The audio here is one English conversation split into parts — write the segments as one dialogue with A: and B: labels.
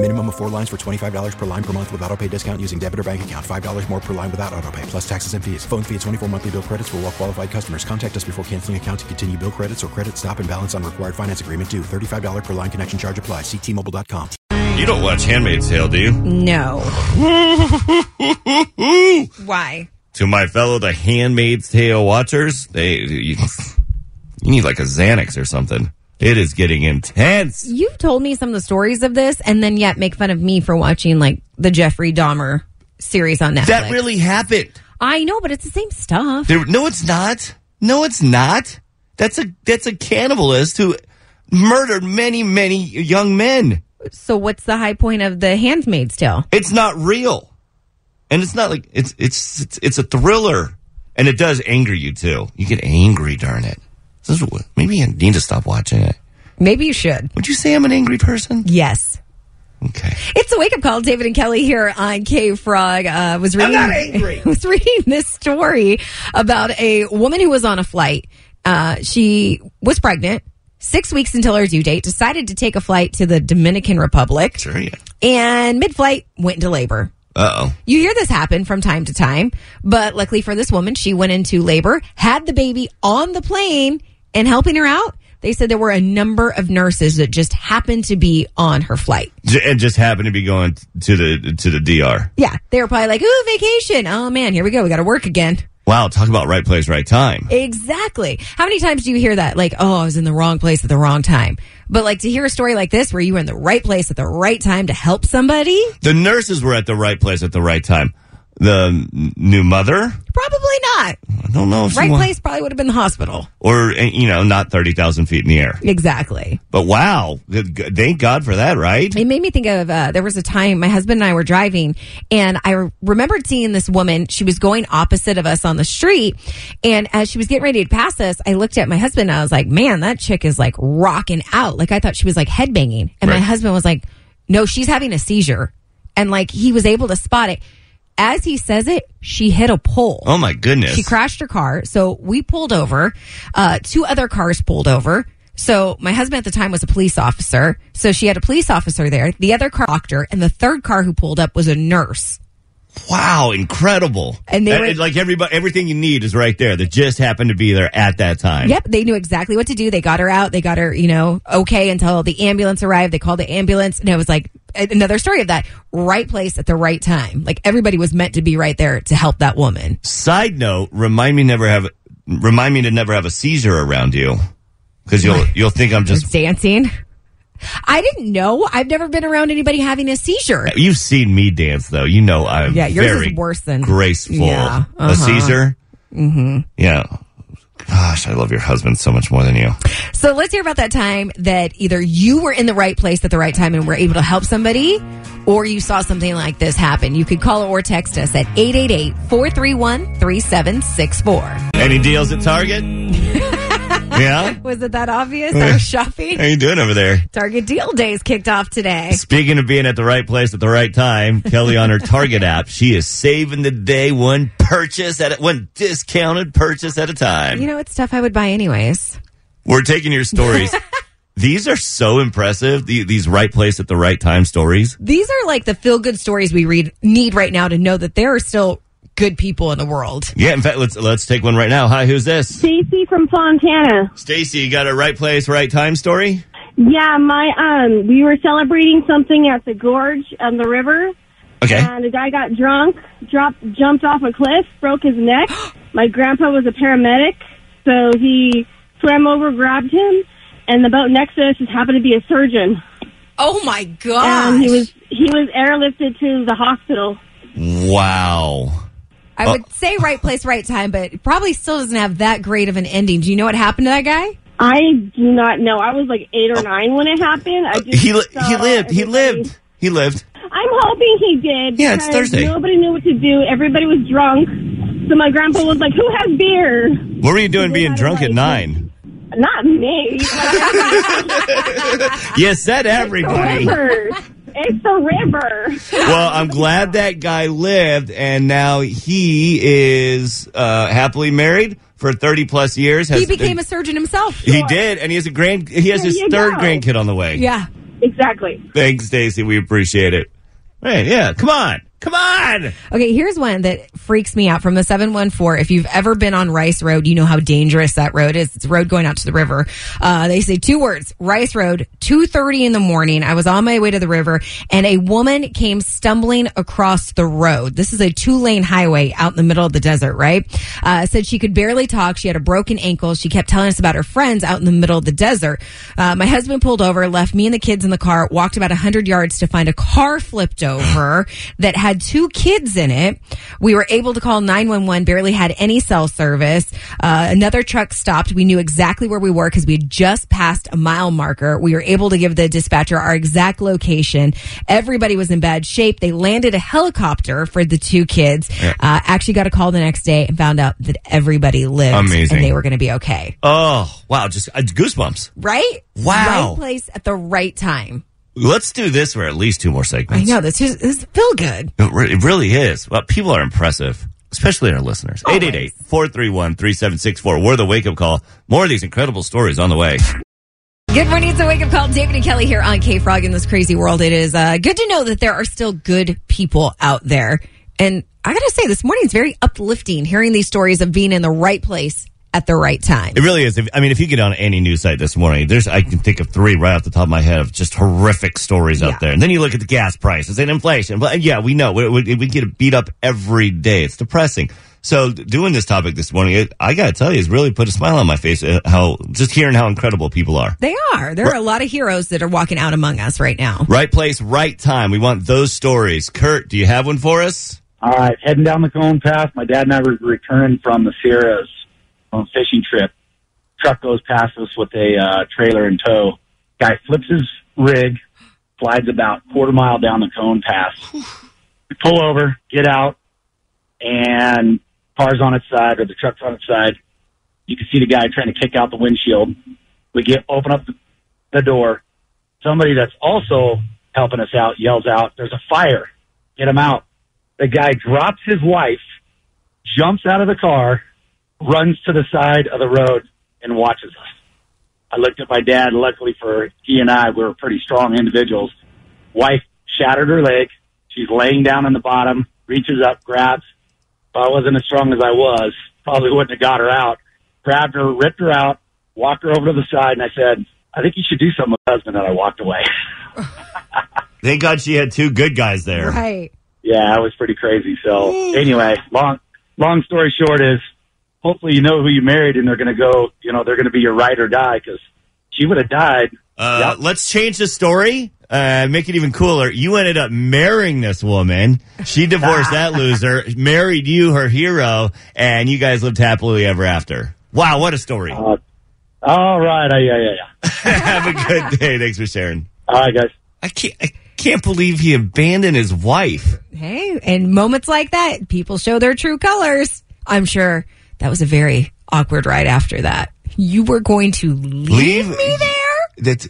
A: Minimum of four lines for $25 per line per month with auto pay discount using debit or bank account. $5 more per line without auto pay, plus taxes and fees. Phone fee at 24 monthly bill credits for all well qualified customers. Contact us before canceling account to continue bill credits or credit stop and balance on required finance agreement due. $35 per line connection charge applies. Ctmobile.com.
B: You don't watch Handmaid's Tale, do you?
C: No.
B: Ooh.
C: Why?
B: To my fellow the Handmaid's Tale watchers, they you, you need like a Xanax or something. It is getting intense.
C: You've told me some of the stories of this and then yet make fun of me for watching like the Jeffrey Dahmer series on Netflix.
B: That really happened.
C: I know, but it's the same stuff.
B: There, no, it's not. No, it's not. That's a that's a cannibalist who murdered many many young men.
C: So what's the high point of The Handmaid's Tale?
B: It's not real, and it's not like it's it's it's, it's a thriller, and it does anger you too. You get angry, darn it. This is, what- maybe I need to stop watching it.
C: Maybe you should.
B: Would you say I'm an angry person?
C: Yes.
B: Okay.
C: It's a wake up call. David and Kelly here on K Frog uh, was reading
B: not angry.
C: was reading this story about a woman who was on a flight. Uh, she was pregnant, six weeks until her due date. Decided to take a flight to the Dominican Republic,
B: Sure. Yeah.
C: and mid flight went into labor.
B: Uh oh.
C: You hear this happen from time to time, but luckily for this woman, she went into labor, had the baby on the plane, and helping her out. They said there were a number of nurses that just happened to be on her flight.
B: And just happened to be going to the to the DR.
C: Yeah, they were probably like, "Ooh, vacation! Oh man, here we go. We got to work again."
B: Wow. Talk about right place, right time.
C: Exactly. How many times do you hear that? Like, "Oh, I was in the wrong place at the wrong time." But like to hear a story like this, where you were in the right place at the right time to help somebody,
B: The nurses were at the right place at the right time. The n- new mother.
C: probably not.
B: I don't know if she
C: Right
B: wa-
C: place probably would have been the hospital.
B: or uh, you know not thirty thousand feet in the air.
C: Exactly.
B: But wow, good- good- thank God for that, right?
C: It made me think of uh, there was a time my husband and I were driving, and I re- remembered seeing this woman. She was going opposite of us on the street, and as she was getting ready to pass us, I looked at my husband and I was like, "Man, that chick is like rocking out." Like I thought she was like headbanging, and my
B: Right.
C: husband was like, "No, she's having a seizure," and like he was able to spot it. As he says it, she hit a pole.
B: Oh my goodness!
C: She crashed her car. So we pulled over. Uh, two other cars pulled over. So my husband at the time was a police officer. So she had a police officer there. The other car, doctor, and the third car who pulled up was a nurse.
B: Wow, incredible!
C: And they
B: That
C: were-
B: is like everybody, everything you need is right there. That just happened to be there at that time.
C: Yep, they knew exactly what to do. They got her out. They got her, you know, okay until the ambulance arrived. They called the ambulance, and it was like another story of that right place at the right time. Like everybody was meant to be right there to help that woman.
B: Side note: Remind me never have remind me to never have a seizure around you because you'll you'll think I'm just.
C: Dancing. I didn't know. I've never been around anybody having a seizure.
B: You've seen me dance though. You know I'm
C: Yeah, yours is
B: very
C: worse than-
B: graceful.
C: Yeah, uh-huh.
B: A seizure. Mm-hmm. Yeah. Gosh, I love your husband so much more than you.
C: So let's hear about that time that either you were in the right place at the right time and were able to help somebody, or you saw something like this happen. You could call or text us at 888 431 3764.
B: Any deals at Target? yeah.
C: Was it that obvious? I was shopping.
B: How you doing over there?
C: Target deal days kicked off today.
B: Speaking of being at the right place at the right time, Kelly on her Target app, she is saving the day one purchase at a, one discounted purchase at a
C: You
B: time.
C: know, it's stuff I would buy anyways.
B: We're taking your stories. These are so impressive. The, these right place at the right time stories.
C: These are like the feel good stories we read need right now to know that there are still good people in the world.
B: Yeah, in fact, let's let's take one right now. Hi, who's this?
D: Stacy from Fontana.
B: Stacy, you got a right place, right time story?
D: Yeah, my um, we were celebrating something at the gorge on the river,
B: Okay.
E: Uh,
D: and a guy got drunk, dropped, jumped off a cliff, broke his neck. my grandpa was a paramedic, so he swam over, grabbed him, and the boat next to us just happened to be a surgeon.
C: Oh my gosh.
E: and he was he was airlifted to the hospital.
B: Wow.
C: I would say right place, right time, but it probably still doesn't have that great of an ending. Do you know what happened to that guy?
E: I do not know. I was like eight or nine when it happened. I just
B: Uh, He li-
E: saw
B: he lived. He
E: everybody-
B: lived. He lived.
E: I'm hoping he did.
B: Yeah, it's
E: because
B: Thursday.
E: Nobody knew what to do. Everybody was drunk. So my grandpa was like, "Who has beer?"
B: What were you doing
E: He
B: being
E: had a
B: drunk
E: life.
B: at nine?
E: Not me.
B: You said everybody.
E: river. It's the river.
B: Well, I'm glad that guy lived, and now he is uh, happily married for 30 plus years. Has,
C: He became a surgeon himself.
B: He did, and he has a grand. He has
E: There
B: his
E: you
B: third
E: go.
B: grandkid on the way.
C: Yeah.
E: Exactly.
B: Thanks, Stacy. We appreciate it. Hey, yeah. Come on. Come on.
C: Okay, here's one that freaks me out from the 714. If you've ever been on Rice Road, you know how dangerous that road is. It's a road going out to the river. Uh, they say two words, Rice Road, 2.30 in the morning. I was on my way to the river and a woman came stumbling across the road. This is a two lane highway out in the middle of the desert, right? Uh, said she could barely talk. She had a broken ankle. She kept telling us about her friends out in the middle of the desert. Uh, my husband pulled over, left me and the kids in the car, walked about 100 yards to find a car flipped over that had two kids in it. We were able to call 911, barely had any cell service. Uh, another truck stopped. We knew exactly where we were because we had just passed a mile marker. We were able to give the dispatcher our exact location. Everybody was in bad shape. They landed a helicopter for the two kids. Uh, actually got a call the next day and found out that everybody lived
B: Amazing.
C: and they were going to be okay.
B: Oh, wow. Just uh, goosebumps.
C: Right?
B: Wow.
C: Right place at the right time.
B: Let's do this for at least two more segments.
C: I know this is this feel good.
B: It, re- it really is. Well, people are impressive, especially our listeners. 888 431 3764. We're the wake up call. More of these incredible stories on the way.
C: Good morning, it's a wake up call. David and Kelly here on K Frog in this crazy world. It is uh, good to know that there are still good people out there, and I gotta say, this morning is very uplifting. Hearing these stories of being in the right place at the right time.
B: It really is. If, I mean, if you get on any news site this morning, there's I can think of three right off the top of my head of just horrific stories
C: Yeah.
B: out there. And then you look at the gas prices and inflation. But yeah, we know we, we, we get beat up every day. It's depressing. So doing this topic this morning, it, I gotta tell you, it's really put a smile on my face. uh, How just hearing how incredible people are.
C: They are. There are a lot of heroes that are walking out among us right now.
B: Right place, right time. We want those stories. Kurt, do you have one for us?
F: All right, heading down the cone path. My dad and I were returning from the Sierras on a fishing trip. Truck goes past us with a uh, trailer in tow. Guy flips his rig, slides about quarter mile down the cone path. we pull over, get out, and car's on its side or the truck's on its side. You can see the guy trying to kick out the windshield. We get open up the- the door. Somebody that's also helping us out yells out, "There's a fire! Get him out!" The guy drops his wife, jumps out of the car, runs to the side of the road, and watches us. I looked at my dad. Luckily for he and I, we were pretty strong individuals. Wife shattered her leg. She's laying down on the bottom, reaches up, grabs. If I wasn't as strong as I was, probably wouldn't have got her out. Grabbed her, ripped her out, walked her over to the side, and I said, I think you should do something with your husband. And I walked away.
B: Thank God she had two good guys there.
C: Right.
F: yeah, it was pretty crazy. So anyway, long long story short is, hopefully you know who you married, and they're going to go. You know, they're going to be your ride or die because she would have died.
B: Uh,
F: Yep.
B: Let's change the story. Uh, make it even cooler. You ended up marrying this woman. She divorced that loser, married you, her hero, and you guys lived happily ever after. Wow, what a story.
F: Uh, all right, I, yeah, yeah, yeah.
B: Have a good day. Thanks for sharing.
F: All right, guys.
B: I can't, I can't believe he abandoned his wife.
C: Hey, and moments like that, people show their true colors. I'm sure that was a very awkward ride after that. You were going to leave,
B: Leave-
C: me there.
B: That's,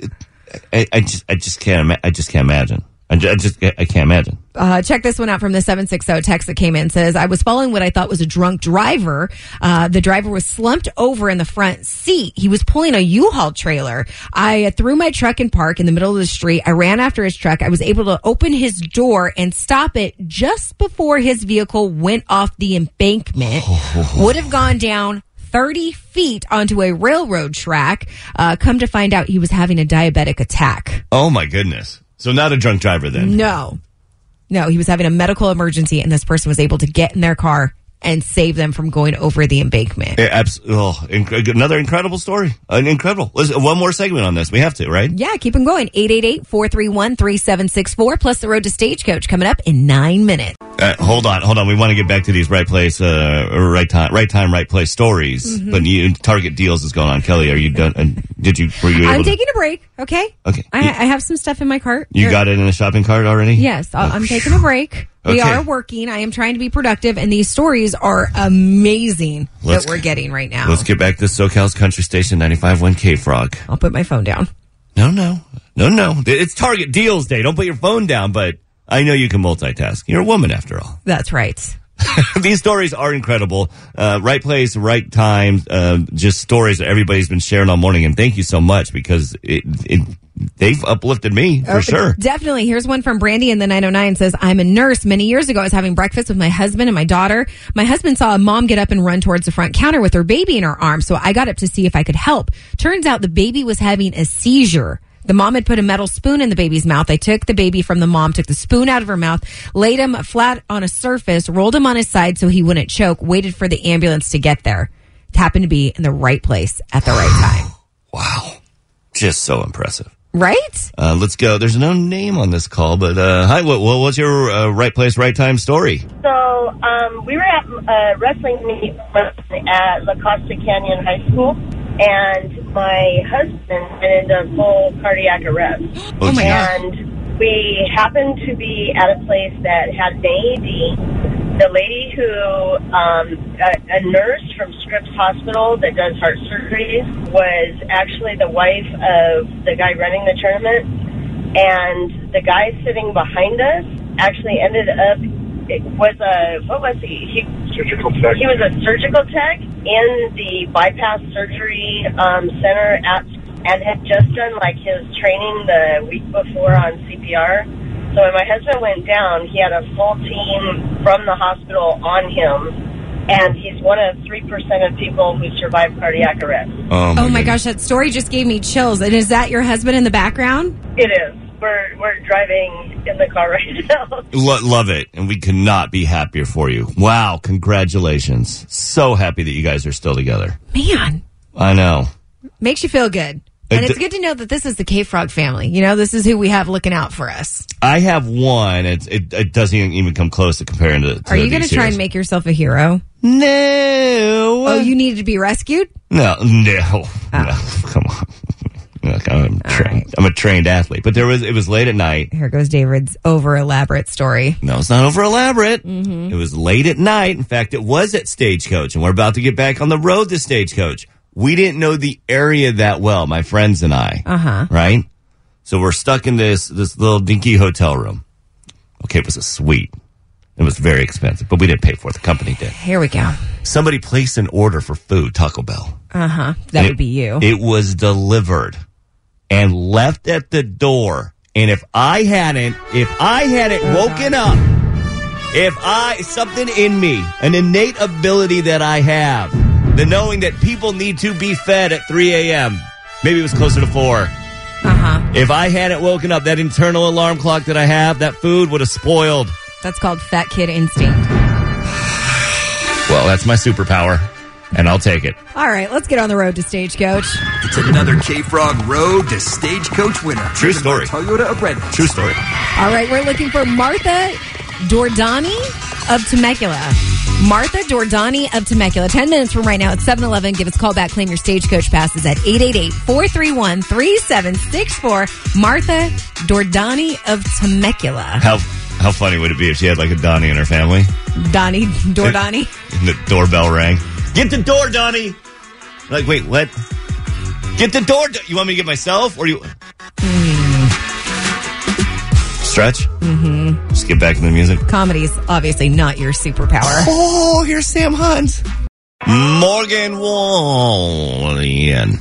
B: I, I just, I just can't, ima- I just can't imagine. I ju- I just, I can't imagine.
C: Uh, check this one out from the 760 text that came in says, I was following what I thought was a drunk driver. Uh, the driver was slumped over in the front seat. He was pulling a U-Haul trailer. I uh, threw my truck in park in the middle of the street. I ran after his truck. I was able to open his door and stop it just before his vehicle went off the embankment. Would have gone down 30 feet onto a railroad track. Uh, come to find out he was having a diabetic attack.
B: Oh my goodness. So not a drunk driver then.
C: No. No, he was having a medical emergency and this person was able to get in their car and save them from going over the embankment.
B: Yeah, abs- oh, inc- another incredible story. An incredible. Listen, one more segment on this. We have to, right?
C: Yeah, keep them going. 888-431-3764 plus the road to stagecoach coming up in nine minutes.
B: Uh, hold on, hold on. We want to get back to these right place, uh, or right time, right time, right place stories.
C: Mm-hmm.
B: But you, Target deals is going on. Kelly, are you done? And did you? Were you? Able
C: I'm
B: to-
C: taking a break, okay?
B: Okay.
C: I, I
B: You-
C: have some stuff in my cart.
B: You got it in the shopping cart already?
C: Yes, I- I'm taking a break.
B: Okay.
C: We are working. I am trying to be productive, and these stories are amazing
B: Let's-
C: that we're getting right now.
B: Let's get back to SoCal's Country Station 95.1 K Frog.
C: I'll put my phone down.
B: No, no, no, no. It's Target deals day. Don't put your phone down. But I know you can multitask. You're a woman after all.
C: That's right.
B: These stories are incredible. Uh, right place, right time. Um, just stories that everybody's been sharing all morning. And thank you so much because it, it they've uplifted me for
C: Oh,
B: sure.
C: Definitely. Here's one from Brandy in the 909 says, I'm a nurse. Many years ago, I was having breakfast with my husband and my daughter. My husband saw a mom get up and run towards the front counter with her baby in her arms. So I got up to see if I could help. Turns out the baby was having a seizure. The mom had put a metal spoon in the baby's mouth. I took the baby from the mom, took the spoon out of her mouth, laid him flat on a surface, rolled him on his side so he wouldn't choke, waited for the ambulance to get there. It happened to be in the right place at the right time.
B: Wow. Just so impressive.
C: Right?
B: Uh, let's go. There's no name on this call, but uh, hi. What, what, what's your uh, right place, right time story?
F: So um, we were at a wrestling meet at La Costa Canyon High School, and my husband went into full cardiac arrest.
B: Oh, my
F: And we happened to be at a place that had an AED. The lady who, um, a, a nurse from Scripps Hospital that does heart surgeries, was actually the wife of the guy running the tournament and the guy sitting behind us actually ended up it was a what was he? He surgical tech. He was a surgical tech in the bypass surgery um, center at and had just done like his training the week before on CPR. So when my husband went down, he had a full team from the hospital on him, and he's one of three percent of people who survive cardiac arrest.
B: Oh
C: Oh my
B: goodness.
C: gosh, that story just gave me chills. And is that your husband in the background?
F: It is. We're we're driving in the car right now.
B: Lo- love it, and we cannot be happier for you. Wow! Congratulations! So happy that you guys are still together.
C: Man,
B: I know.
C: makes you feel good.
B: It
C: And it's
B: d-
C: good to know that this is the K Frog family. You know, this is who we have looking out for us.
B: I have one. It it, it doesn't even come close to comparing to. to
C: Are you
B: going to
C: try and make yourself a hero?
B: No.
C: Oh, you Ah. needed to be rescued?
B: No, no, no. Come on. Look, I'm trained. I'm a trained athlete, but there was it was late at night.
C: Here goes David's over elaborate story.
B: No, it's not over elaborate. It was late at night. In fact, it was at Stagecoach, and we're about to get back on the road to Stagecoach. We didn't know the area that well, my friends and I. Uh huh. Right. So we're stuck in this this little dinky hotel room. Okay, it was a suite. It was very expensive, but we didn't pay for it. The company did.
C: Here we go.
B: Somebody placed an order for food, Taco Bell.
C: Uh huh. That would be you.
B: It was delivered and left at the door. And if I hadn't, if I hadn't woken up, if I, something in me, an innate ability that I have, the knowing that people need to be fed at 3 a.m., maybe it was closer to 4.
C: Uh huh.
B: If I hadn't woken up, that internal alarm clock that I have, that food would have spoiled.
C: That's called fat kid instinct.
B: Well, that's my superpower, and I'll take it.
C: All right, let's get on the road to Stagecoach.
G: It's another K Frog Road to Stagecoach winner.
B: True
G: driven by
B: story.
G: Toyota of Red.
B: True story.
C: All right, we're looking for Martha Dordani of Temecula. Martha Dordani of Temecula. 10 minutes from right now at 7 Eleven. Give us a call back. Claim your stagecoach passes at 888 431 3764. Martha Dordani of Temecula.
B: How, how funny would it be if she had like a Donnie in her family?
C: Donnie Dordani.
B: And the doorbell rang. Get the door, Donnie. Like, wait, what? Get the door. Do- you want me to get myself, or you? Hmm. Stretch. Mm-hmm. Just get back to the music.
C: Comedy's obviously not your superpower.
B: Oh, here's Sam Hunt. Morgan Wallen.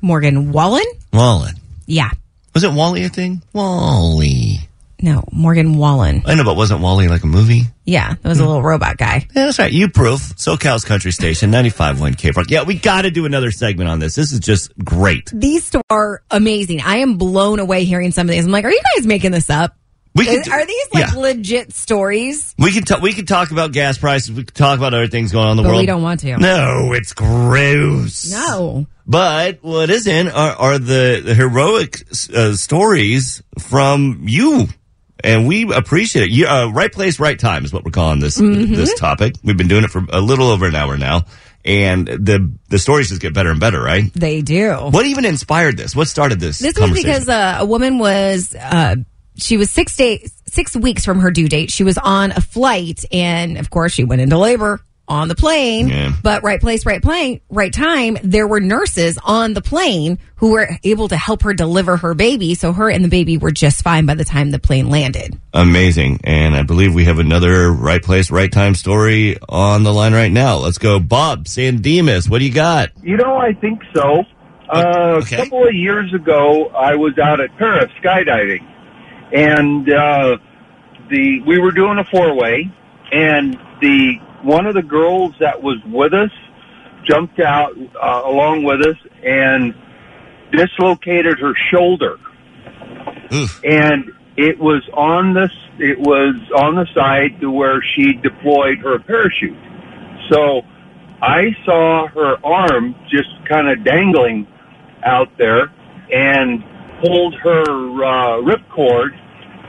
C: Morgan Wallen?
B: Wallen.
C: Yeah.
B: Was it Wally a thing? Wally.
C: No, Morgan Wallen.
B: I know, but wasn't Wally like a movie?
C: Yeah, that was a little robot guy.
B: Yeah, that's right. You proof. SoCal's Country Station, 95.1 K Rock. Yeah, we got to do another segment on this. This is just great.
C: These two are amazing. I am blown away hearing some of these. I'm like, are you guys making this up?
B: We could do-
C: Are these like
B: yeah.
C: legit stories?
B: We can talk. We can talk about gas prices. We can talk about other things going on in the
C: But we
B: world.
C: don't want to.
B: No, it's gross.
C: No.
B: But what isn't are, are the, the heroic uh, stories from you, and we appreciate it. You, uh, right place, right time is what we're calling this
C: Mm-hmm.
H: Mhm.
B: this topic. We've been doing it for a little over an hour now, and the the stories just get better and better, right?
C: They do.
B: What even inspired this? What started this?
C: This was
B: conversation?
C: because uh, a woman was uh, she was six days six weeks from her due date. She was on a flight, and of course, she went into labor on the plane. But right place, right plane, right time. There were nurses on the plane who were able to help her deliver her baby. So her and the baby were just fine by the time the plane landed.
B: Amazing. And I believe we have another right place, right time story on the line right now. Let's go. Bob, San Dimas, what do you got?
F: You know, I think so. Uh, A couple of years ago, I was out at Paris skydiving, and uh, the we were doing a four way, and the one of the girls that was with us jumped out uh, along with us and dislocated her shoulder, and it was on this it was on the side to where she deployed her parachute, so. I saw her arm just kind of dangling out there and pulled her uh, ripcord,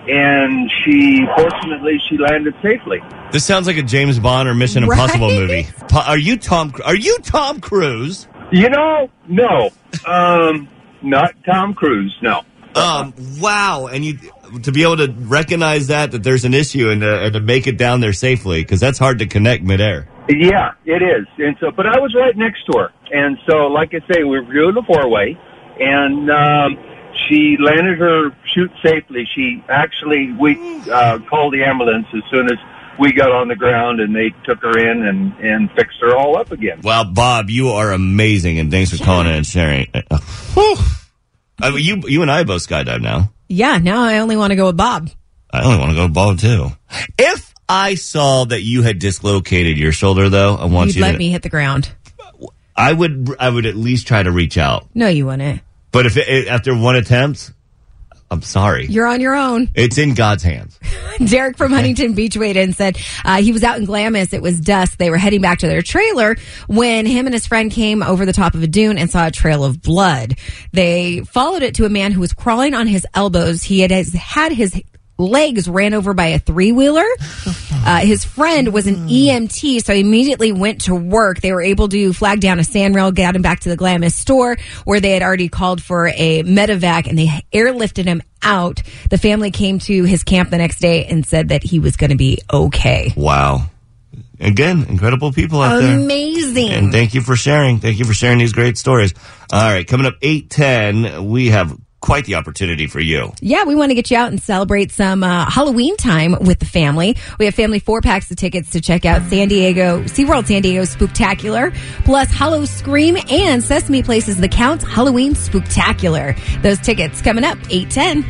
F: and she, fortunately, she landed safely.
B: This sounds like a James Bond or Mission Impossible movie. Po- Are you Tom? Are you Tom Cruise?
F: You know, no, um, not Tom Cruise. No.
B: Um. Wow. And you to be able to recognize that that there's an issue and to, and to make it down there safely because that's hard to connect midair.
F: Yeah, it is. And so, but I was right next to her, and so, like I say, we were doing a four way, and um, she landed her chute safely. She actually, we uh, called the ambulance as soon as we got on the ground, and they took her in and and fixed her all up again.
B: Wow, Bob, you are amazing, and thanks for calling in and sharing. Uh, whew. I mean, you you and I both skydive now.
C: Yeah. Now I only want to go with Bob.
B: I only want to go bald too. If I saw that you had dislocated your shoulder, though, I want
C: You'd
B: you.
C: let
B: to,
C: me hit the ground.
B: I would. I would at least try to reach out.
C: No, you wouldn't.
B: But if it, after one attempt, I'm sorry.
C: You're on your own.
B: it's in God's hands.
C: Derek from Huntington Beach weighed in and said uh, he was out in Glamis. It was dusk. They were heading back to their trailer when him and his friend came over the top of a dune and saw a trail of blood. They followed it to a man who was crawling on his elbows. He had his, had his legs ran over by a three wheeler. Uh, his friend was an EMT, so he immediately went to work. They were able to flag down a sandrail, got him back to the Glamis store where they had already called for a medevac and they airlifted him out. The family came to his camp the next day and said that he was going to be okay.
B: Wow. Again, incredible people out there.
C: Amazing.
B: And thank you for sharing. Thank you for sharing these great stories. All right, coming up eight ten, we have quite the opportunity for you.
C: Yeah, we want to get you out and celebrate some uh, Halloween time with the family. We have family four packs of tickets to check out San Diego, SeaWorld San Diego Spooktacular, plus Hollow Scream and Sesame Place's The Count's Halloween Spooktacular. Those tickets coming up 810.